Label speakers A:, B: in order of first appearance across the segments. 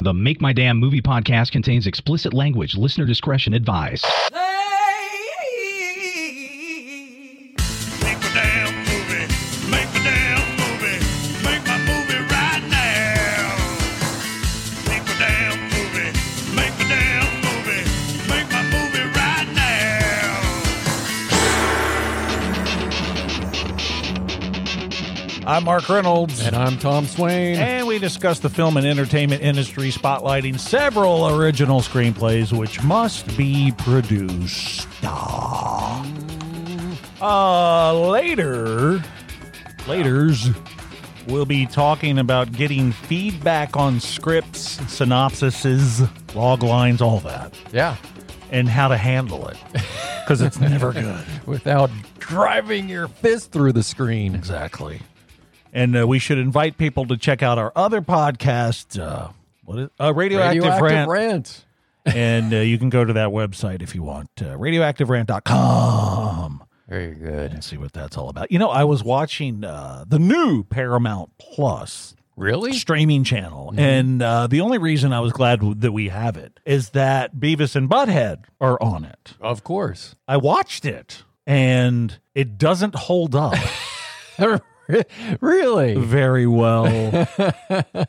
A: The Make My Damn Movie podcast contains explicit language. Listener discretion advised.
B: Make my damn movie. Make my damn movie. Make my movie right now. Make my damn movie. Make my damn movie. Make my movie right now.
C: I'm Mark Reynolds.
D: And I'm Tom Swain.
C: And we discuss the film and entertainment industry, spotlighting several original screenplays which must be produced. Ah. Uh, later, laters, we'll be talking about getting feedback on scripts, synopsises, log lines, all that,
D: yeah,
C: and how to handle it because it's never good.
D: without driving your fist through the screen.
C: Exactly. And uh, we should invite people to check out our other podcast, uh, what is uh, Radioactive,
D: Radioactive
C: Rant,
D: rant.
C: and uh, you can go to that website if you want, uh, radioactiverant.com,
D: Very good.
C: and see what that's all about. You know, I was watching uh, the new Paramount Plus
D: Really?
C: streaming channel,
D: Mm-hmm.
C: and uh, the only reason I was glad w- that we have it is that Beavis and Butthead are on it.
D: Of course.
C: I watched it, and it doesn't hold up.
D: really?
C: very well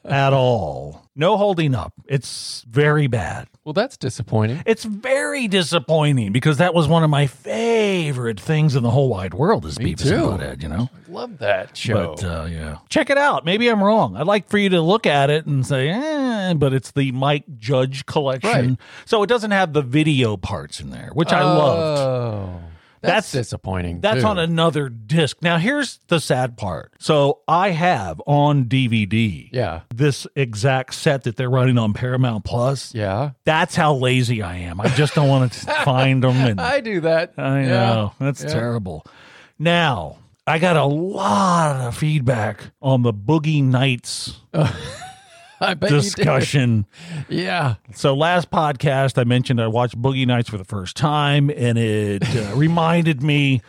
C: at all. No holding up. It's very bad.
D: Well, that's disappointing.
C: It's very disappointing because that was one of my favorite things in the whole wide world is Beavis
D: too.
C: and Butthead, you know?
D: Love that show.
C: But uh, yeah. Check it out. Maybe I'm wrong. I'd like for you to look at it and say, eh, but it's the Mike Judge collection.
D: Right.
C: So it doesn't have the video parts in there, which I loved.
D: Oh,
C: That's-
D: that's, disappointing.
C: That's
D: too.
C: on another disc. Now, here's the sad part. So, I have on DVD
D: Yeah.
C: this exact set that they're running on Paramount Plus.
D: Yeah.
C: That's how lazy I am. I just don't want to find them. And I,
D: I do that. Yeah.
C: know that's
D: Yeah.
C: terrible. Now, I got a lot of feedback on the Boogie Nights
D: I bet you did.
C: discussion.
D: Yeah.
C: So last podcast, I mentioned I watched Boogie Nights for the first time, and it uh, reminded me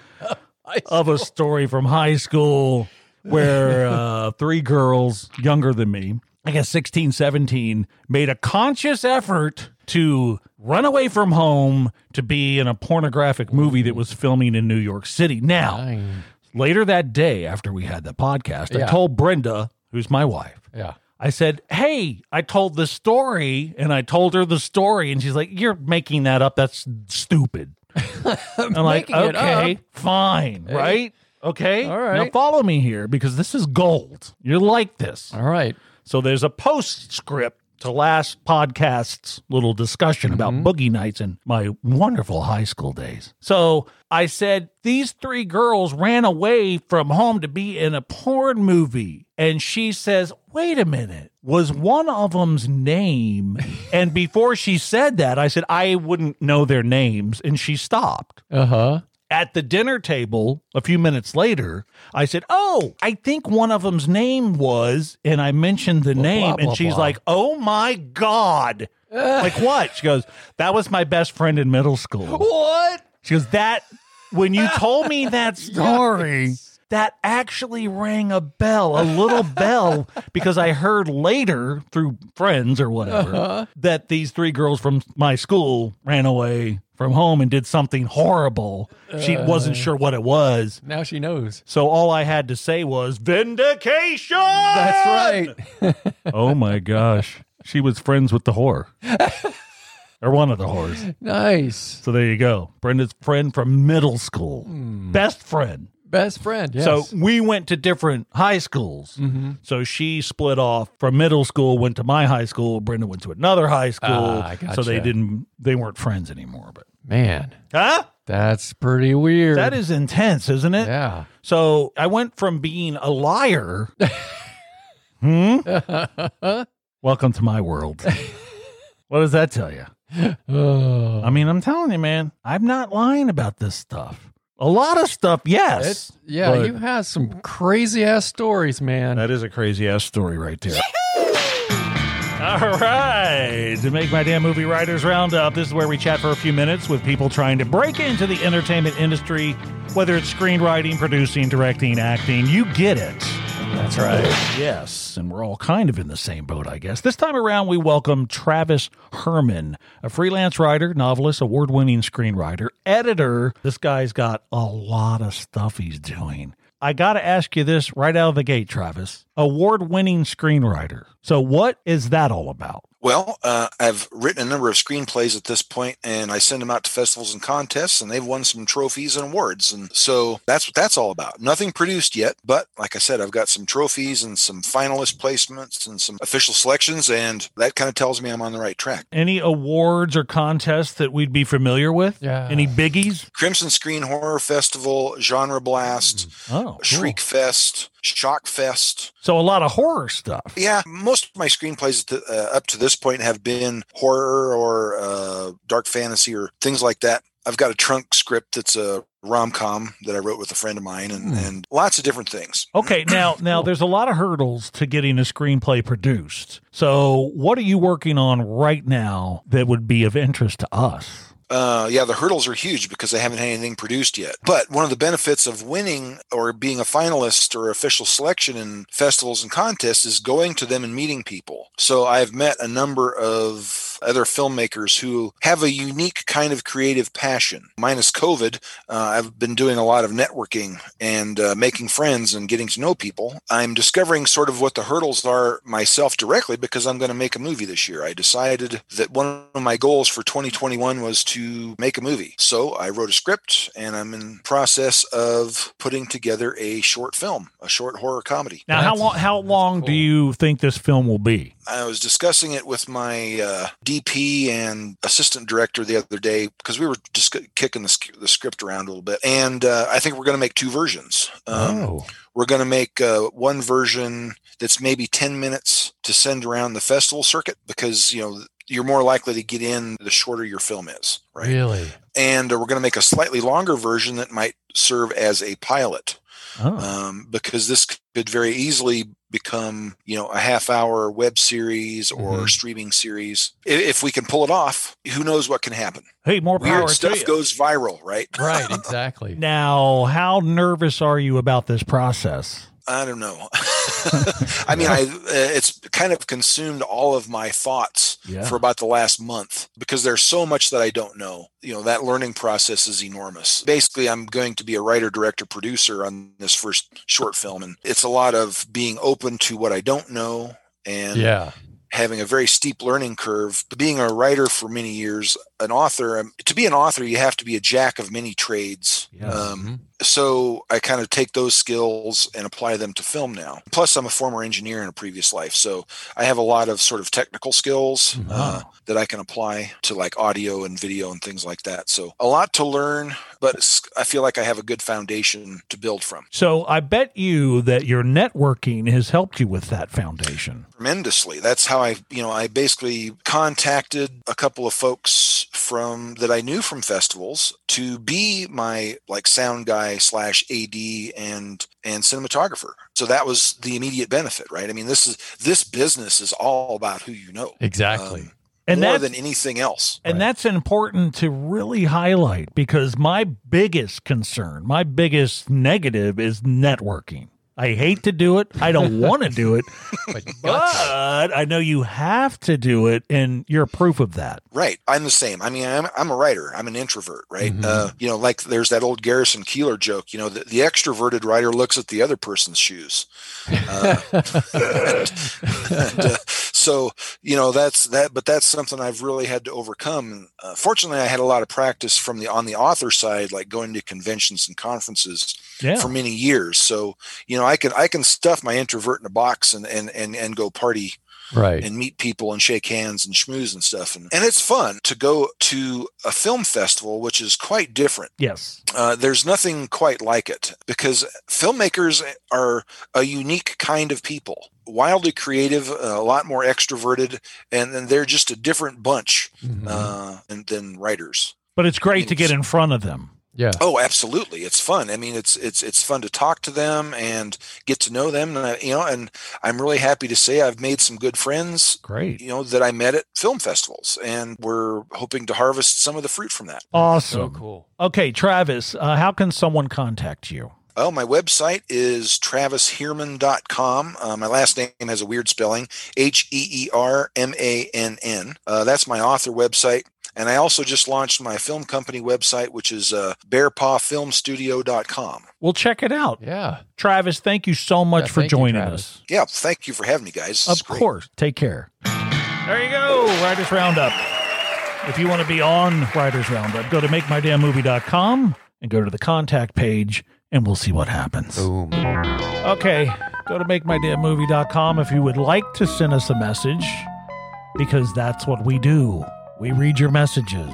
C: of a story from high school where uh, three girls younger than me, I guess 16, 17, made a conscious effort to run away from home to be in a pornographic movie that was filming in New York City. Now,
D: Fine.
C: later that day after we had the podcast, I
D: Yeah.
C: told Brenda, who's my wife,
D: Yeah.
C: I said, Hey, I told the story and I told her the story. And she's like, You're making that up. That's stupid. I'm like,
D: Making it
C: Okay,
D: up?
C: fine. Right. Okay.
D: All right.
C: Now follow me here because this is gold. You're like this.
D: All right.
C: So there's a postscript to last podcast's little discussion about boogie nights and my wonderful high school days. So I said, These three girls ran away from home to be in a porn movie. And she says, Wait a minute. Was one of them's name? and before she said that, I said, I wouldn't know their names. And she stopped
D: Uh huh.
C: at the dinner table a few minutes later, I said, Oh, I think one of them's name was, and I mentioned the name,
D: blah,
C: and she's
D: blah.
C: like, Oh my God. like, what? She goes, That was my best friend in middle school.
D: What?
C: She goes, That, when you told me that story, that actually rang a bell, a little bell, because I heard later through friends or whatever
D: Uh-huh.
C: that these three girls from my school ran away from home and did something horrible. She
D: Uh.
C: wasn't sure what it was.
D: Now she knows.
C: So all I had to say was vindication.
D: That's right.
C: Oh my gosh. She was friends with the whore. or one of the whores.
D: Nice.
C: So there you go. Brenda's friend from middle school. Best friend.
D: Best friend. Hmm. Yes. Mm-hmm.
C: So we went to different high schools. So she split off from middle school, went to my high school. Brenda went to another high school.
D: Ah, I
C: So they
D: gotcha.
C: didn't, they weren't friends anymore. But
D: man,
C: huh?
D: that's pretty weird.
C: That is intense, isn't it?
D: Yeah.
C: So I went from being a liar. hmm? Welcome to my world. what does that tell you?
D: Oh.
C: I mean, I'm telling you, man, I'm not lying about this stuff. A lot of stuff, yes.
D: It's, yeah,
C: but-
D: you have some crazy ass stories, man.
C: That is a crazy ass story right there. All right. To make my damn movie writers roundup, this is where we chat for a few minutes with people trying to break into the entertainment industry, whether it's screenwriting, producing, directing, acting. You get it.
D: That's right.
C: Yes, and we're all kind of in the same boat, I guess. This time around, we welcome Travis Herman, a freelance writer, novelist, award winning screenwriter, editor. This guy's got a lot of stuff he's doing. I got to ask you this right out of the gate, Travis. Award winning screenwriter. So, what is that all about?
E: Well, uh, I've written a number of screenplays at this point, and I send them out to festivals and contests, and they've won some trophies and awards. And so that's what that's all about. Nothing produced yet, but like I said, I've got some trophies and some finalist placements and some official selections, and that kind of tells me I'm on the right track.
C: Any awards or contests that we'd be familiar with?
D: Yeah.
C: Any biggies?
E: Crimson Screen Horror Festival, Genre Blast,
C: Oh, cool.
E: Shriek Fest, Shock Fest.
C: So, a lot of horror stuff.
E: Yeah, most of my screenplays to, uh, up to this point have been horror or uh, dark fantasy or things like that. I've got a trunk script that's a rom com that I wrote with a friend of mine, and, and lots of different things.
C: Okay, now now there's a lot of hurdles to getting a screenplay produced. So, what are you working on right now that would be of interest to us?
E: Uh, yeah, the hurdles are huge because I haven't had anything produced yet. But one of the benefits of winning or being a finalist or official selection in festivals and contests is going to them and meeting people. So I've met a number of other filmmakers who have a unique kind of creative passion. Minus COVID, uh, I've been doing a lot of networking and uh, making friends and getting to know people. I'm discovering sort of what the hurdles are myself directly because I'm going to make a movie this year. I decided that one of my goals for 2021 was to make a movie. So I wrote a script and I'm in process of putting together a short film, a short horror comedy.
C: Now, how
D: That's-
C: long how
D: that's
C: long do
D: cool.
C: you think this film will be?
E: I was discussing it with my uh, DP and assistant director the other day because we were just kicking the, sc- the script around a little bit, and uh, I think we're going to make two versions. Um,
C: Oh.
E: We're going to make uh, one version that's maybe ten minutes to send around the festival circuit because you know you're more likely to get in the shorter your film is, right?
D: Really?
E: And uh, we're going to make a slightly longer version that might serve as a pilot
C: Oh.
E: um, because this could very easily become you know a half hour web series or
C: Mm-hmm.
D: Mhm.
E: streaming series I- if we can pull it off who knows what can happen
C: Hey, more power
E: weird
C: to
E: stuff
C: you.
E: goes viral right
D: Right, exactly.
C: Now, how nervous are you about this process?
E: i don't know i mean i uh, it's kind of consumed all of my thoughts
C: Yeah.
E: for about the last month because there's so much that i don't know you know that learning process is enormous basically i'm going to be a writer director producer on this first short film and it's a lot of being open to what i don't know and
D: yeah.
E: having a very steep learning curve. Being a writer for many years, an author, um, to be an author, you have to be a jack of many trades.
C: Yes.
E: Um, so I kind of take those skills and apply them to film now. Plus, I'm a former engineer in a previous life. So I have a lot of sort of technical skills uh, that I can apply to like audio and video and things like that. So a lot to learn, but it's, I feel like I have a good foundation to build from
C: So, I bet you that your networking has helped you with that foundation.
E: tremendously. That's how I, you know, I basically contacted a couple of folks from that I knew from festivals to be my like sound guy slash AD and and cinematographer. So that was the immediate benefit, right? I mean, this is this business is all about who you know,
D: Exactly.
E: Um,
C: And
E: more
C: that's-
E: than anything else.
C: And that's important to really highlight because my biggest concern, my biggest negative is networking. I hate to do it. I don't want to do it,
E: um,
D: But you got to.
C: but I know you have to do it, and you're proof of that.
E: Right. I'm the same. I mean, I'm, I'm a writer. I'm an introvert, right?
D: Mhm.
E: Uh, you know, like there's that old Garrison Keeler joke, you know, the, the extroverted writer looks at the other person's shoes. Uh, and, uh, so, you know, that's that, but that's something I've really had to overcome. Uh, fortunately, I had a lot of practice from the, on the author side, like going to conventions and conferences
C: Yeah.
E: for many years. So, you know, I can, I can stuff my introvert in a box and, and, and, and go party
D: right.
E: and meet people and shake hands and schmooze and stuff. And, and it's fun to go to a film festival, which is quite different.
C: Yes.
E: Uh, there's nothing quite like it because filmmakers are a unique kind of people, wildly creative, a lot more extroverted, and, and they're just a different bunch
D: Mhm.
E: uh, and, than writers.
C: But it's great to get in front of them.
D: yeah.
E: Oh, absolutely. It's fun. I mean, it's it's it's fun to talk to them and get to know them. And I, you know, and I'm really happy to say I've made some good friends
C: Great.
E: you know that I met at film festivals, and we're hoping to harvest some of the fruit from that.
C: Awesome.
D: cool.
C: Okay, Travis, uh, how can someone contact you?
E: Well, my website is travisheerman.com. Uh, my last name has a weird spelling H E E R M A N N. Uh, That's my author website. And I also just launched my film company website, which is uh, bearpawfilmstudio.com.
C: We'll check it out.
D: Yeah.
C: Travis, thank you so much
D: Yeah,
C: for
D: thank you,
C: joining
D: Travis.
C: us.
E: Yeah, thank you for having me, guys. This is
C: Of
E: great.
C: course. Take care. There you go, Writers Roundup. If you want to be on Writers Roundup, go to makemydamnmovie.com and go to the contact page and we'll see what happens.
D: Boom.
C: Okay, go to makemydamnmovie.com if you would like to send us a message because that's what we do. We read your messages.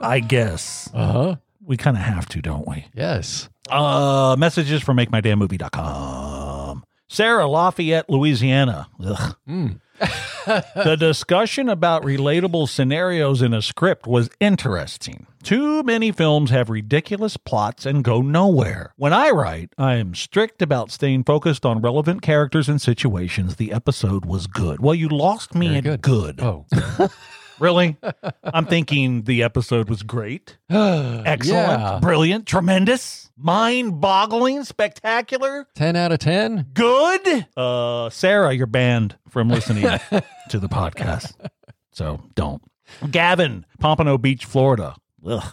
C: I guess.
D: Uh huh.
C: We kind of have to, don't we?
D: Yes.
C: Uh, messages from makemydamnmovie.com. Sarah Lafayette, Louisiana. Ugh.
D: Mm.
C: the discussion about relatable scenarios in a script was interesting. Too many films have ridiculous plots and go nowhere. When I write, I am strict about staying focused on relevant characters and situations. The episode was good. Well, you lost me
D: Very
C: at good.
D: good. Oh.
C: Really? I'm thinking the episode was great. Excellent,
D: Oh. Yeah.
C: brilliant, tremendous, mind boggling, spectacular,
D: 10 out of 10.
C: good. Uh, Sarah, you're banned from listening to the podcast. So don't. Gavin, Pompano Beach, Florida. Ugh.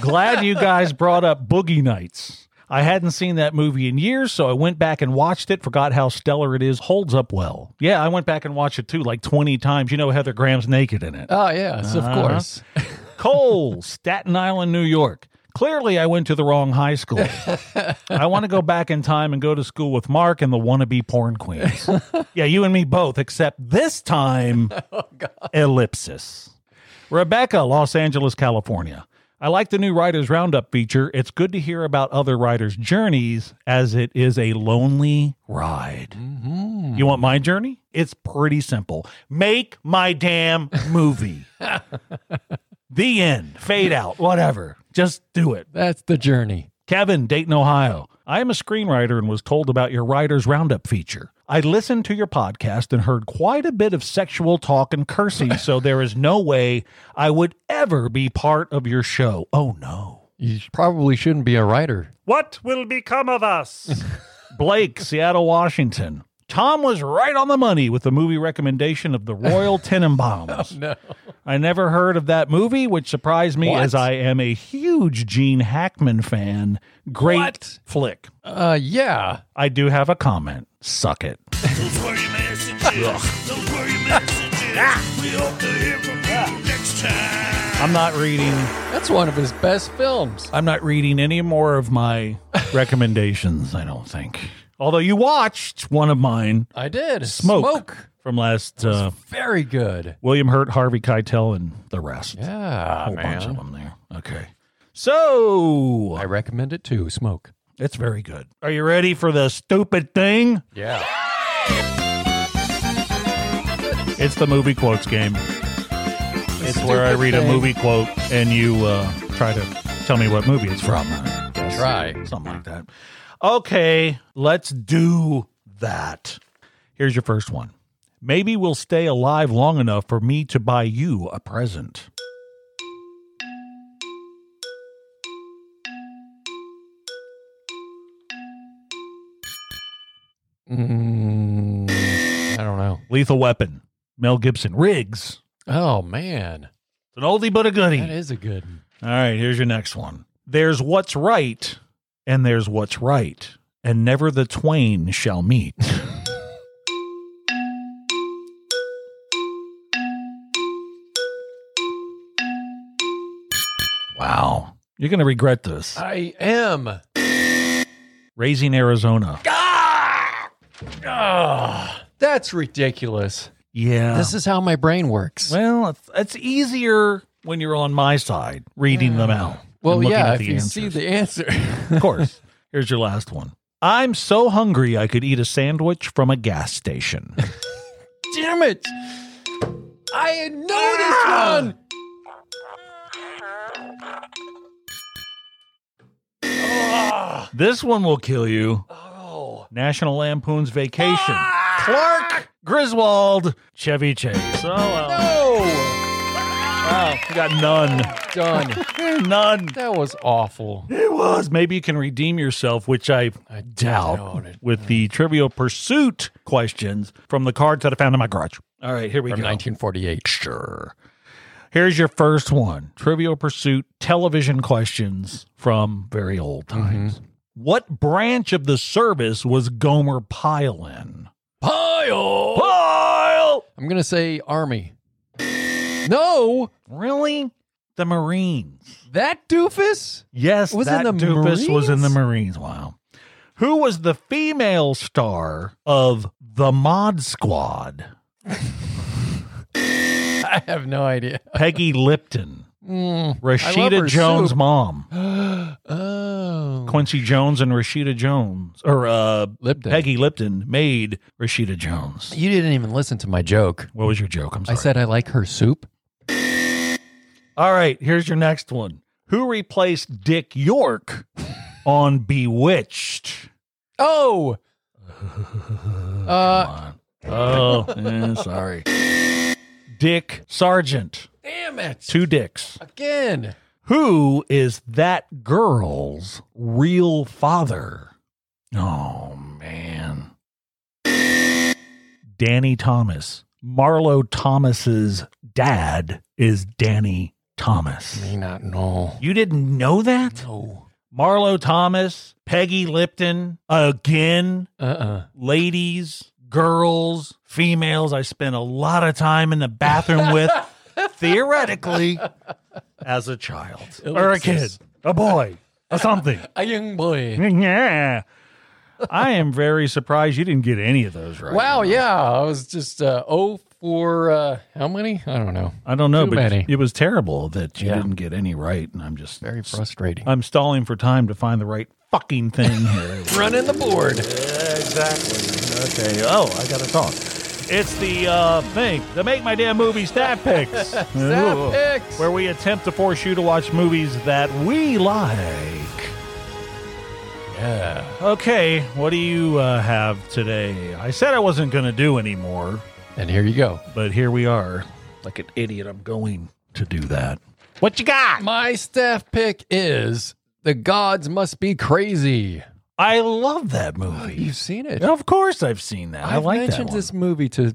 C: Glad you guys brought up Boogie Nights. I hadn't seen that movie in years, so I went back and watched it, forgot how stellar it is, holds up well. Yeah, I went back and watched it too, like 20 times. You know, Heather Graham's naked in it.
D: Oh, yes, of
C: Uh-huh.
D: course.
C: Cole, Staten Island, New York. Clearly, I went to the wrong high school. I want to go back in time and go to school with Mark and the wannabe porn queens. yeah, you and me both, except this time, ellipsis. Rebecca, Los Angeles, California. I like the new Writers Roundup feature. It's good to hear about other writers' journeys as it is a lonely ride. You want my journey? It's pretty simple. Make my damn movie. the end, fade out, whatever. Just do it.
D: That's the journey.
C: Kevin, Dayton, Ohio. I am a screenwriter and was told about your Writers Roundup feature. I listened to your podcast and heard quite a bit of sexual talk and cursing, so there is no way I would ever be part of your show. Oh no.
D: You sh- probably shouldn't be a writer.
C: What will become of us? Blake, Seattle, Washington. Tom was right on the money with the movie recommendation of the Royal Tenenbaums.
D: Oh, No.
C: I never heard of that movie, which surprised me
D: What?
C: as I am a huge Gene Hackman fan. Great
D: What?
C: flick.
D: Uh, yeah.
C: I do have a comment. Suck it.
B: Those were your messages. Those were your messages. we hope to hear from you next time.
C: I'm not reading.
D: That's one of his best films.
C: I'm not reading any more of my recommendations. I don't think. Although you watched one of mine,
D: I did.
C: Smoke,
D: Smoke.
C: from last uh,
D: Very good.
C: William Hurt, Harvey Keitel, and the rest.
D: Yeah,
C: whole bunch
D: man.
C: of them there. Okay. So
D: I recommend it too. Smoke.
C: it's very good. Are you ready for the stupid thing?
D: Yeah.
C: It's the movie quotes game. It's where I
D: Stupid
C: read a
D: thing.
C: movie quote and you uh, try to tell me what movie it's from. I guess.
D: Try.
C: Something like that. Okay, let's do that. Here's your first one. Maybe we'll stay alive long enough for me to buy you a present.
D: Mm, I don't know.
C: Lethal Weapon, Mel Gibson. Riggs.
D: Oh man,
C: It's an oldie but a goodie.
D: that is a good. one.
C: All right, here's your next one. There's what's right, and there's what's right, and never the twain shall meet. wow. You're going to regret this.
D: I am.
C: Raising Arizona.
D: Ah! Ah! That's ridiculous.
C: Yeah.
D: This is how my brain works.
C: well, it's, it's easier when you're on my side reading them out. and
D: Well,
C: looking
D: yeah.
C: at
D: If
C: the
D: you
C: answers.
D: see the answer,
C: Of course. Here's your last one. I'm so hungry I could eat a sandwich from a gas station.
D: damn it! I know
C: Ah!
D: this one.
C: this one will kill you.
D: Oh,
C: National Lampoon's Vacation.
D: Ah!
C: Clark Griswold, Chevy Chase. Oh, well.
D: no!
C: Wow, you got none.
D: Done.
C: None.
D: That was awful.
C: It was. Maybe you can redeem yourself, which I,
D: I
C: doubt,
D: doubt it.
C: with the Trivial Pursuit questions from the cards that I found in my garage. All right, here we
D: From
C: go.
D: 1948.
C: Sure. Here's your first one Trivial Pursuit television questions from very old
D: Mm-hmm.
C: times. What branch of the service was Gomer Pyle in?
D: Pile.
C: Pyle!
D: I'm going to say Army. No,
C: Really? The Marines.
D: that doofus?
C: Yes,
D: Was
C: that
D: in the
C: doofus was in the
D: Marines?
C: Marines. Wow. Who was the female star of The Mod Squad?
D: I have no idea.
C: Peggy Lipton,
D: Mm.
C: Rashida
D: her
C: Jones'
D: soup.
C: mom.
D: oh.
C: Quincy Jones and Rashida Jones, or uh,
D: Lipton.
C: Peggy Lipton made Rashida Jones.
D: You didn't even listen to my joke.
C: What was your joke? I'm
D: I
C: sorry.
D: said I like her soup.
C: All right, here's your next one. Who replaced Dick York on Bewitched?
D: Oh. Uh,
C: Oh, eh, sorry. Dick Sargent.
D: damn it.
C: Two dicks.
D: Again.
C: Who is that girl's real father? Oh, man. Danny Thomas. Marlo Thomas's dad is Danny Thomas.
D: May not know.
C: You didn't know that?
D: No.
C: Marlo Thomas, Peggy Lipton, again,
D: Uh-uh.
C: ladies, girls, females I spent a lot of time in the bathroom with, theoretically, as a child or a kid,
D: Ellipsis.
C: a boy, or something.
D: A young boy.
C: yeah. I am very surprised you didn't get any of those right.
D: Wow, yeah. I was just uh oh for uh how many? I don't know.
C: I don't know,
D: Too
C: but
D: many.
C: it was terrible that you
D: Yeah.
C: didn't get any right. And I'm just,
D: Very frustrating.
C: I'm stalling for time to find the right fucking thing here.
D: Running the board.
C: Exactly. Okay. Oh, I got to talk. It's the uh, thing, the Make My Damn Movie Stat Picks. Ooh.
D: Zap picks.
C: Where we attempt to force you to watch movies that we like.
D: Yeah.
C: Okay, what do you uh, have today? I said I wasn't going to do anymore,
D: And here you go.
C: but here we are. Like an idiot, I'm going to do that. What you got?
D: My staff pick is The Gods Must Be Crazy.
C: I love that movie.
D: You've seen it.
C: Of course, I've seen that. i
D: I've
C: like that
D: mentioned
C: one.
D: this movie to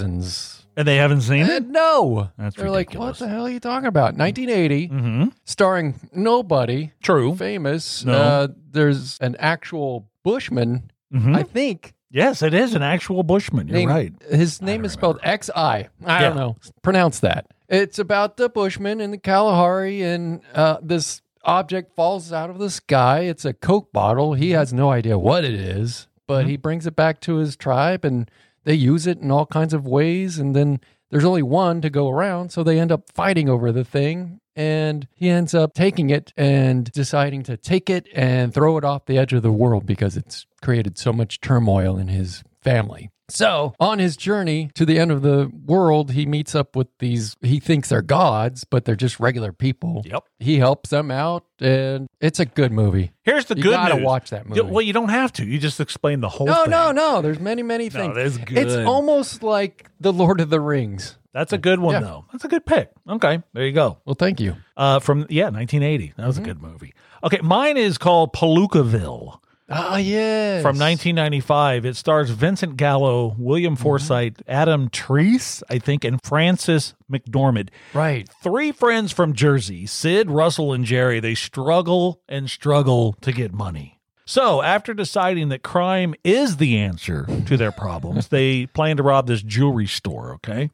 D: dozens.
C: and they haven't seen it.
D: And no.
C: That's
D: They're like,
C: ridiculous.
D: what the hell are you talking about? 1980,
C: Mm-hmm.
D: starring nobody,
C: True.
D: famous.
C: No.
D: Uh, there's an actual Bushman,
C: Mhm.
D: I think.
C: Yes, it is an actual Bushman. You're
D: Name-
C: right.
D: His name is spelled X I. I don't know. Pronounce that. It's about the Bushman and the Kalahari, and uh, this object falls out of the sky. It's a Coke bottle.
C: Mm-hmm.
D: He has no idea what it is, but he brings it back to his tribe, and they use it in all kinds of ways. And then there's only one to go around, so they end up fighting over the thing. And he ends up taking it and deciding to take it and throw it off the edge of the world because it's created so much turmoil in his family. So, on his journey to the end of the world, he meets up with these, he thinks they're gods, but they're just regular people.
C: Yep.
D: He helps them out, and it's a good movie.
C: Here's the
D: you
C: good
D: gotta
C: news.
D: watch that
C: Y-
D: movie.
C: Well, you don't have to. You just explain the whole
D: no,
C: thing.
D: no, no. There's many, many
C: No,
D: things.
C: that's good.
D: It's almost like The Lord of the Rings.
C: That's a good one,
D: Yeah.
C: though. That's a good pick. Okay, there you go.
D: Well, thank you.
C: Uh, from yeah, 1980. That was
D: Mm-hmm.
C: a good movie. Okay, mine is called Palookaville
D: Ah, yes.
C: from 1995. It stars Vincent Gallo, William
D: Mm-hmm.
C: Forsythe, Adam Treese, I think, and Francis McDormand.
D: Right.
C: Three friends from Jersey, Sid, Russell, and Jerry, they struggle and struggle to get money. So, after deciding that crime is the answer to their problems, they plan to rob this jewelry store, okay?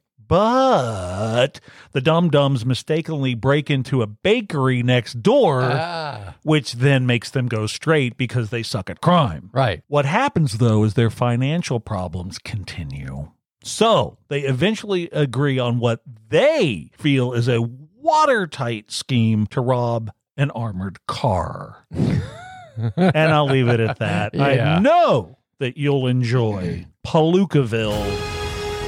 C: But the Dum Dums mistakenly break into a bakery next door,
D: Ah,
C: which then makes them go straight because they suck at crime.
D: right.
C: What happens though is their financial problems continue. So they eventually agree on what they feel is a watertight scheme to rob an armored car. and I'll leave it at that. I
D: Yeah.
C: know that you'll enjoy Palookaville,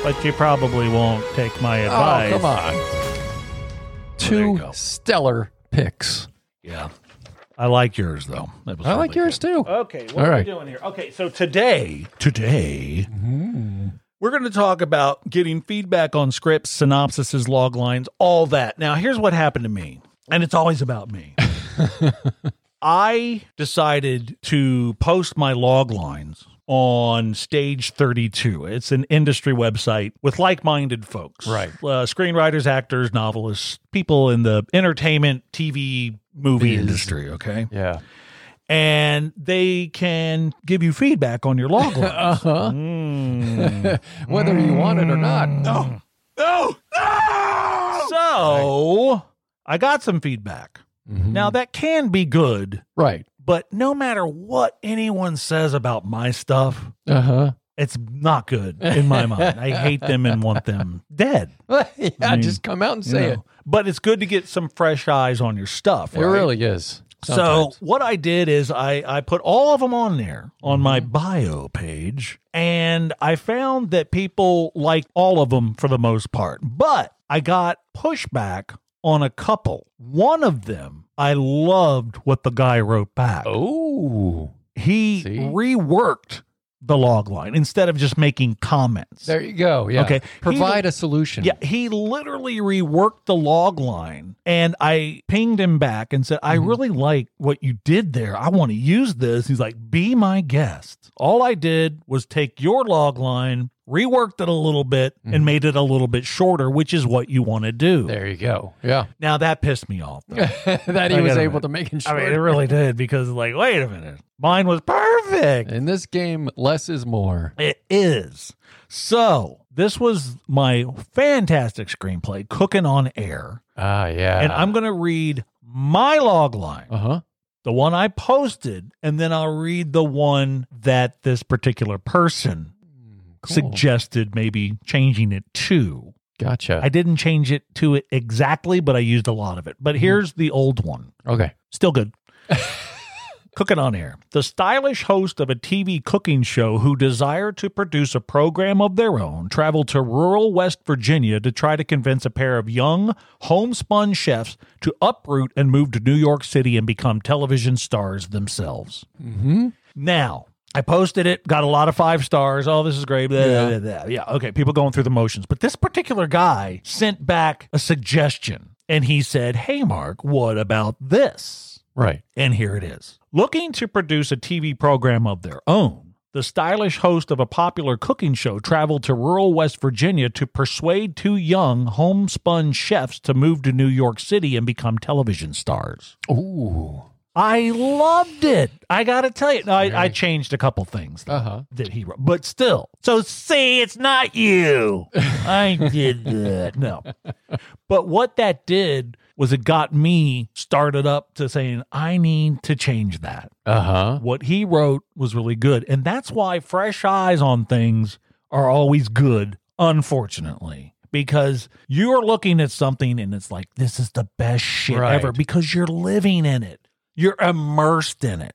C: but you probably won't take my
D: Oh,
C: advice.
D: come on.
C: you
D: Two
C: go.
D: stellar picks.
C: Yeah. I like yours though. That was
D: I
C: really
D: like yours too.
C: Okay, what
D: All
C: are
D: right.
C: we doing here? Okay, so today, today, We're going to talk about getting feedback on scripts, synopsises, log lines, all that. Now, here's what happened to me, and it's always about me. I decided to post my log lines on Stage 32. It's an industry website with like minded folks.
D: Right.
C: Uh, screenwriters, actors, novelists, people in the entertainment, TV, movie
D: Biz.
C: industry. Okay.
D: Yeah.
C: And they can give you feedback on your log lines.
D: Uh-huh.
C: Mm.
D: Whether you want it or not.
C: No. No. No. So I got some feedback.
D: Mhm.
C: Now that can be good,
D: right.
C: but no matter what anyone says about my stuff,
D: Uh
C: it's not good in my mind. I hate them and want them dead.
D: huh. yeah.
C: mean,
D: just come out and say
C: No.
D: it.
C: But it's good to get some fresh eyes on your stuff.
D: It
C: right?
D: really is.
C: So
D: sometimes.
C: what I did is I, I put all of them on there on my
D: Mm-hmm.
C: bio page, and I found that people liked all of them for the most part. But I got pushback on a couple. One of them, I loved what the guy wrote back.
D: Oh.
C: he
D: see?
C: reworked the log line instead of just making comments.
D: There you go. Yeah.
C: Okay.
D: Provide a solution.
C: Yeah, he literally reworked the log line. And I pinged him back and said, I
D: Mhm.
C: really like what you did there. I want to use this. He's like, Be my guest. All I did was take your log line, reworked it a little bit,
D: Mhm.
C: and made it a little bit shorter, which is what you want to do.
D: There you go. Yeah.
C: Now, that pissed me off. though.
D: that
C: I
D: he was
C: gotta-
D: able to make it
C: I mean, it
D: short.
C: really did because, like, wait a minute, mine was perfect.
D: In this game, less is more.
C: It is. So, this was my fantastic screenplay, Cooking on Air.
D: Ah, yeah.
C: and I'm going to read my log line,
D: Uh huh.
C: the one I posted, and then I'll read the one that this particular person suggested maybe changing it to.
D: Gotcha.
C: I didn't change it to it exactly, but I used a lot of it. But here's the old one.
D: okay.
C: Still good. Cooking on air. The stylish host of a TV cooking show who desire to produce a program of their own traveled to rural West Virginia to try to convince a pair of young, homespun chefs to uproot and move to New York City and become television stars themselves.
D: Mm-hmm.
C: Now, I posted it, got a lot of five stars. Oh, this is great. Blah, blah,
D: Yeah.
C: blah, blah. yeah, okay, people going through the motions. But this particular guy sent back a suggestion and he said, Hey, Mark, what about this?
D: Right.
C: And here it is. Looking to produce a TV program of their own, the stylish host of a popular cooking show traveled to rural West Virginia to persuade two young, homespun chefs to move to New York City and become television stars.
D: Ooh.
C: I loved it. I got to tell you. Now, I, I
D: Very-
C: changed a couple things
D: Uh huh.
C: that he wrote, but still. So see, it's not you. I did that. No. But what that did was it got me started up to saying, I need to change that.
D: Uh huh.
C: What he wrote was really good. And that's why fresh eyes on things are always good, unfortunately. Because you're looking at something and it's like, this is the best shit
D: Right.
C: ever because you're living in it. You're immersed in it.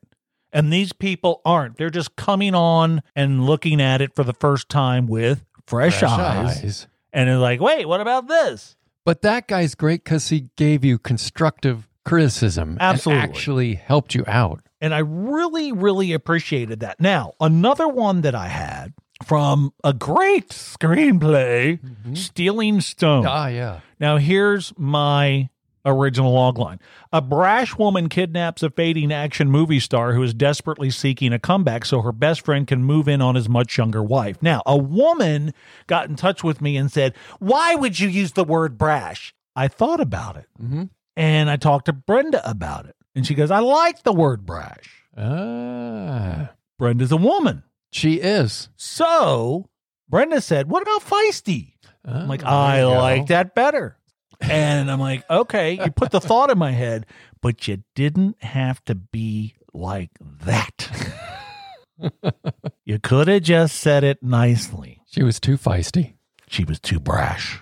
C: And these people aren't. They're just coming on and looking at it for the first time with fresh, eyes. And they're like, wait, what about this?
D: But that guy's great because he gave you constructive criticism. and
C: Absolutely.
D: actually helped you out.
C: And I really, really appreciated that. Now, another one that I had from a great screenplay, Stealing Stone.
D: Ah, yeah.
C: Now, here's my original logline A brash woman kidnaps a fading action movie star who is desperately seeking a comeback so her best friend can move in on his much younger wife. Now, a woman got in touch with me and said, Why would you use the word brash? I thought about it
D: Mm-hmm.
C: and I talked to Brenda about it. And she goes, I like the word brash.
D: Ah,
C: Brenda's a woman.
D: she is.
C: So Brenda said, What about feisty? I'm like,
D: Ah,
C: I
D: there you go.
C: like that better. And I'm like, Okay, you put the thought in my head, but you didn't have to be like that. you could have just said it nicely.
D: She was too feisty.
C: She was too brash.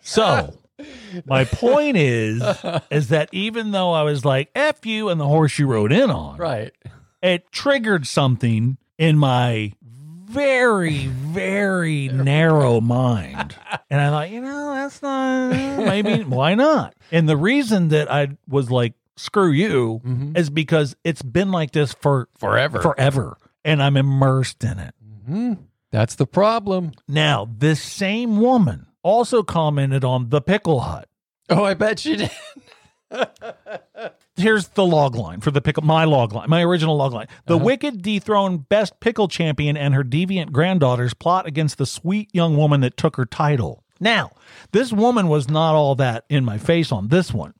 C: so my point is is that even though I was like F you and the horse you rode in on,
D: Right.
C: it triggered something in my very, very narrow mind. And I thought, you know, that's not, maybe, why not? And the reason that I was like, screw you
D: Mm-hmm.
C: is because it's been like this for
D: Forever.
C: forever and I'm immersed in it.
D: hmm That's the problem.
C: Now, this same woman also commented on the pickle hut.
D: Oh, I bet you did.
C: Here's the log line for the pickle my log line, my original log line. The
D: Uh-huh.
C: wicked dethroned best pickle champion and her deviant granddaughters plot against the sweet young woman that took her title. Now, this woman was not all that in my face on this one,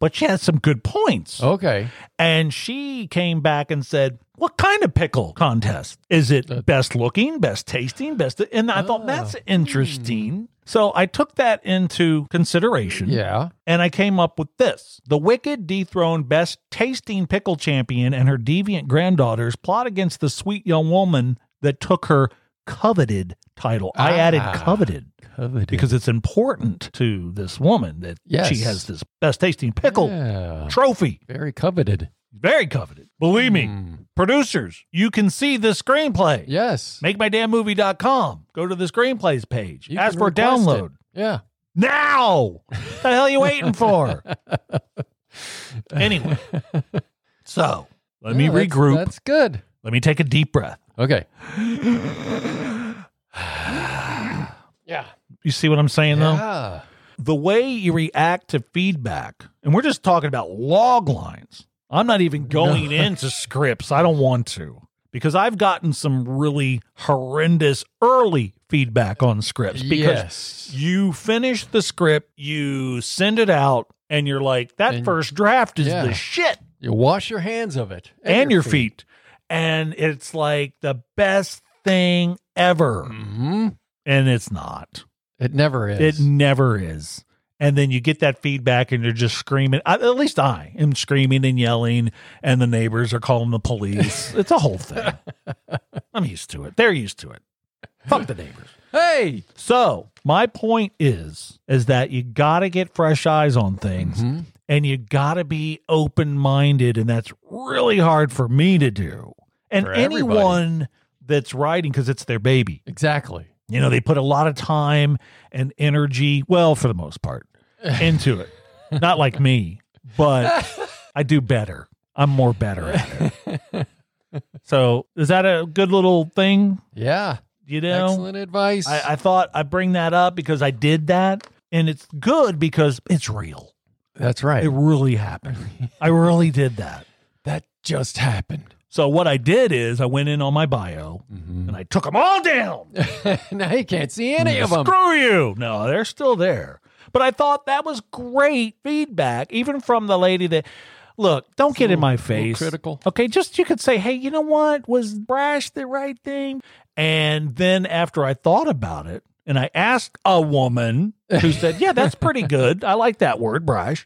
C: but she had some good points.
D: Okay.
C: And she came back and said, What kind of pickle contest? Is it best looking, best tasting, best? And I thought that's interesting. So I took that into consideration
D: Yeah.
C: and I came up with this. The wicked dethroned best tasting pickle champion and her deviant granddaughters plot against the sweet young woman that took her coveted title. I added
D: Ah.
C: coveted
D: Coveted.
C: because it's important to this woman that
D: Yes.
C: she has this best tasting pickle
D: Yeah.
C: trophy.
D: Very coveted.
C: Very coveted. Believe me,
D: Hmm.
C: producers, you can see this screenplay.
D: Yes.
C: MakeMyDamnMovie.com. Go to the screenplays page.
D: You
C: Ask
D: can
C: for a
D: request
C: download.
D: it. Yeah.
C: Now! the hell you waiting for? anyway, so let me
D: Yeah, that's-
C: regroup.
D: That's good.
C: Let me take a deep breath.
D: Okay. yeah.
C: You see what I'm saying, though?
D: Yeah.
C: The way you react to feedback, and we're just talking about log lines. I'm not even going into scripts. I don't want to because I've gotten some really horrendous early feedback on scripts because
D: yes.
C: you finish the script, you send it out, and you're like, that
D: And-
C: first draft is
D: yeah.
C: the shit.
D: You wash your hands of it
C: and, your feet. And it's like the best thing ever.
D: hmm
C: And it's not.
D: It never is.
C: It never is. And then you get that feedback and you're just screaming. I, at least I am screaming and yelling, and the neighbors are calling the police. it's a whole thing. I'm used to it. They're used to it. Fuck the neighbors.
D: hey.
C: So, my point is is that you got to get fresh eyes on things
D: Mhm.
C: and you got to be open minded. And that's really hard for me to do. And
D: For everybody.
C: anyone that's writing, because it's their baby,
D: Exactly.
C: you know, they put a lot of time and energy, well, for the most part, into it. Not like me, but I do better. I'm more better at it. So, is that a good little thing?
D: Yeah.
C: You know?
D: Excellent advice.
C: I, I thought I bring that up because I did that, and it's good because it's real.
D: That's right.
C: It really happened. I really did that.
D: that just happened.
C: So what I did is I went in on my bio and I took them all down.
D: now you can't see any of them.
C: Screw you! No, they're still there. But I thought that was great feedback, even from the lady that. Look, don't get in my face.
D: critical.
C: Okay, just you could say, "Hey, you know what? Was brash the right thing?" And then after I thought about it, and I asked a woman who said, "Yeah, that's pretty good. I like that word, brash."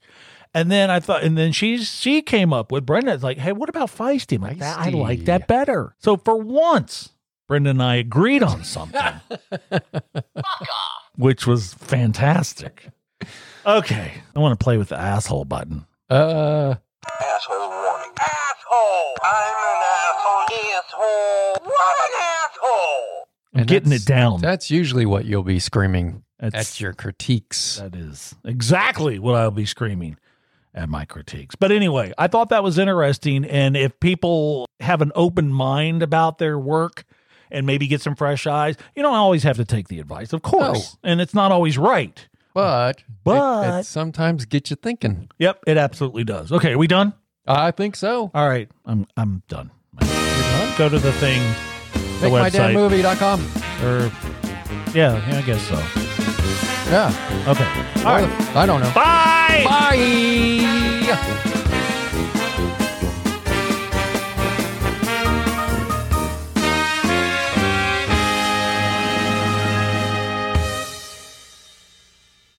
C: And then I thought, and then she she came up with Brenda's like, "Hey, what about feisty?" I'm like, "That- I like
D: Feisty.
C: that better. So for once, Brenda and I agreed on something, which was fantastic. Okay, I want to play with the asshole button.
D: Uh,
F: Asshole warning. Asshole! I'm an asshole. Asshole! What an asshole!
C: I'm
D: And
C: getting
D: that's-
C: it down.
D: that's usually what you'll be screaming
C: That's-
D: at your critiques.
C: That is exactly what I'll be screaming at my critiques. But anyway, I thought that was interesting. And if people have an open mind about their work and maybe get some fresh eyes, you don't always have to take the advice, of course. And it's not always right.
D: but it- it,
C: But-
D: sometimes gets you thinking.
C: Yep, it absolutely does. Okay, are we done?
D: I think so.
C: All right, I'm I'm done.
D: You're done?
C: Go to the thing, the website,
D: MakeMyDamnMovie.com.
C: or yeah, yeah, I guess so.
D: Yeah.
C: Okay, all
D: Or
C: right,
D: the- I don't know.
C: bye.
D: Bye.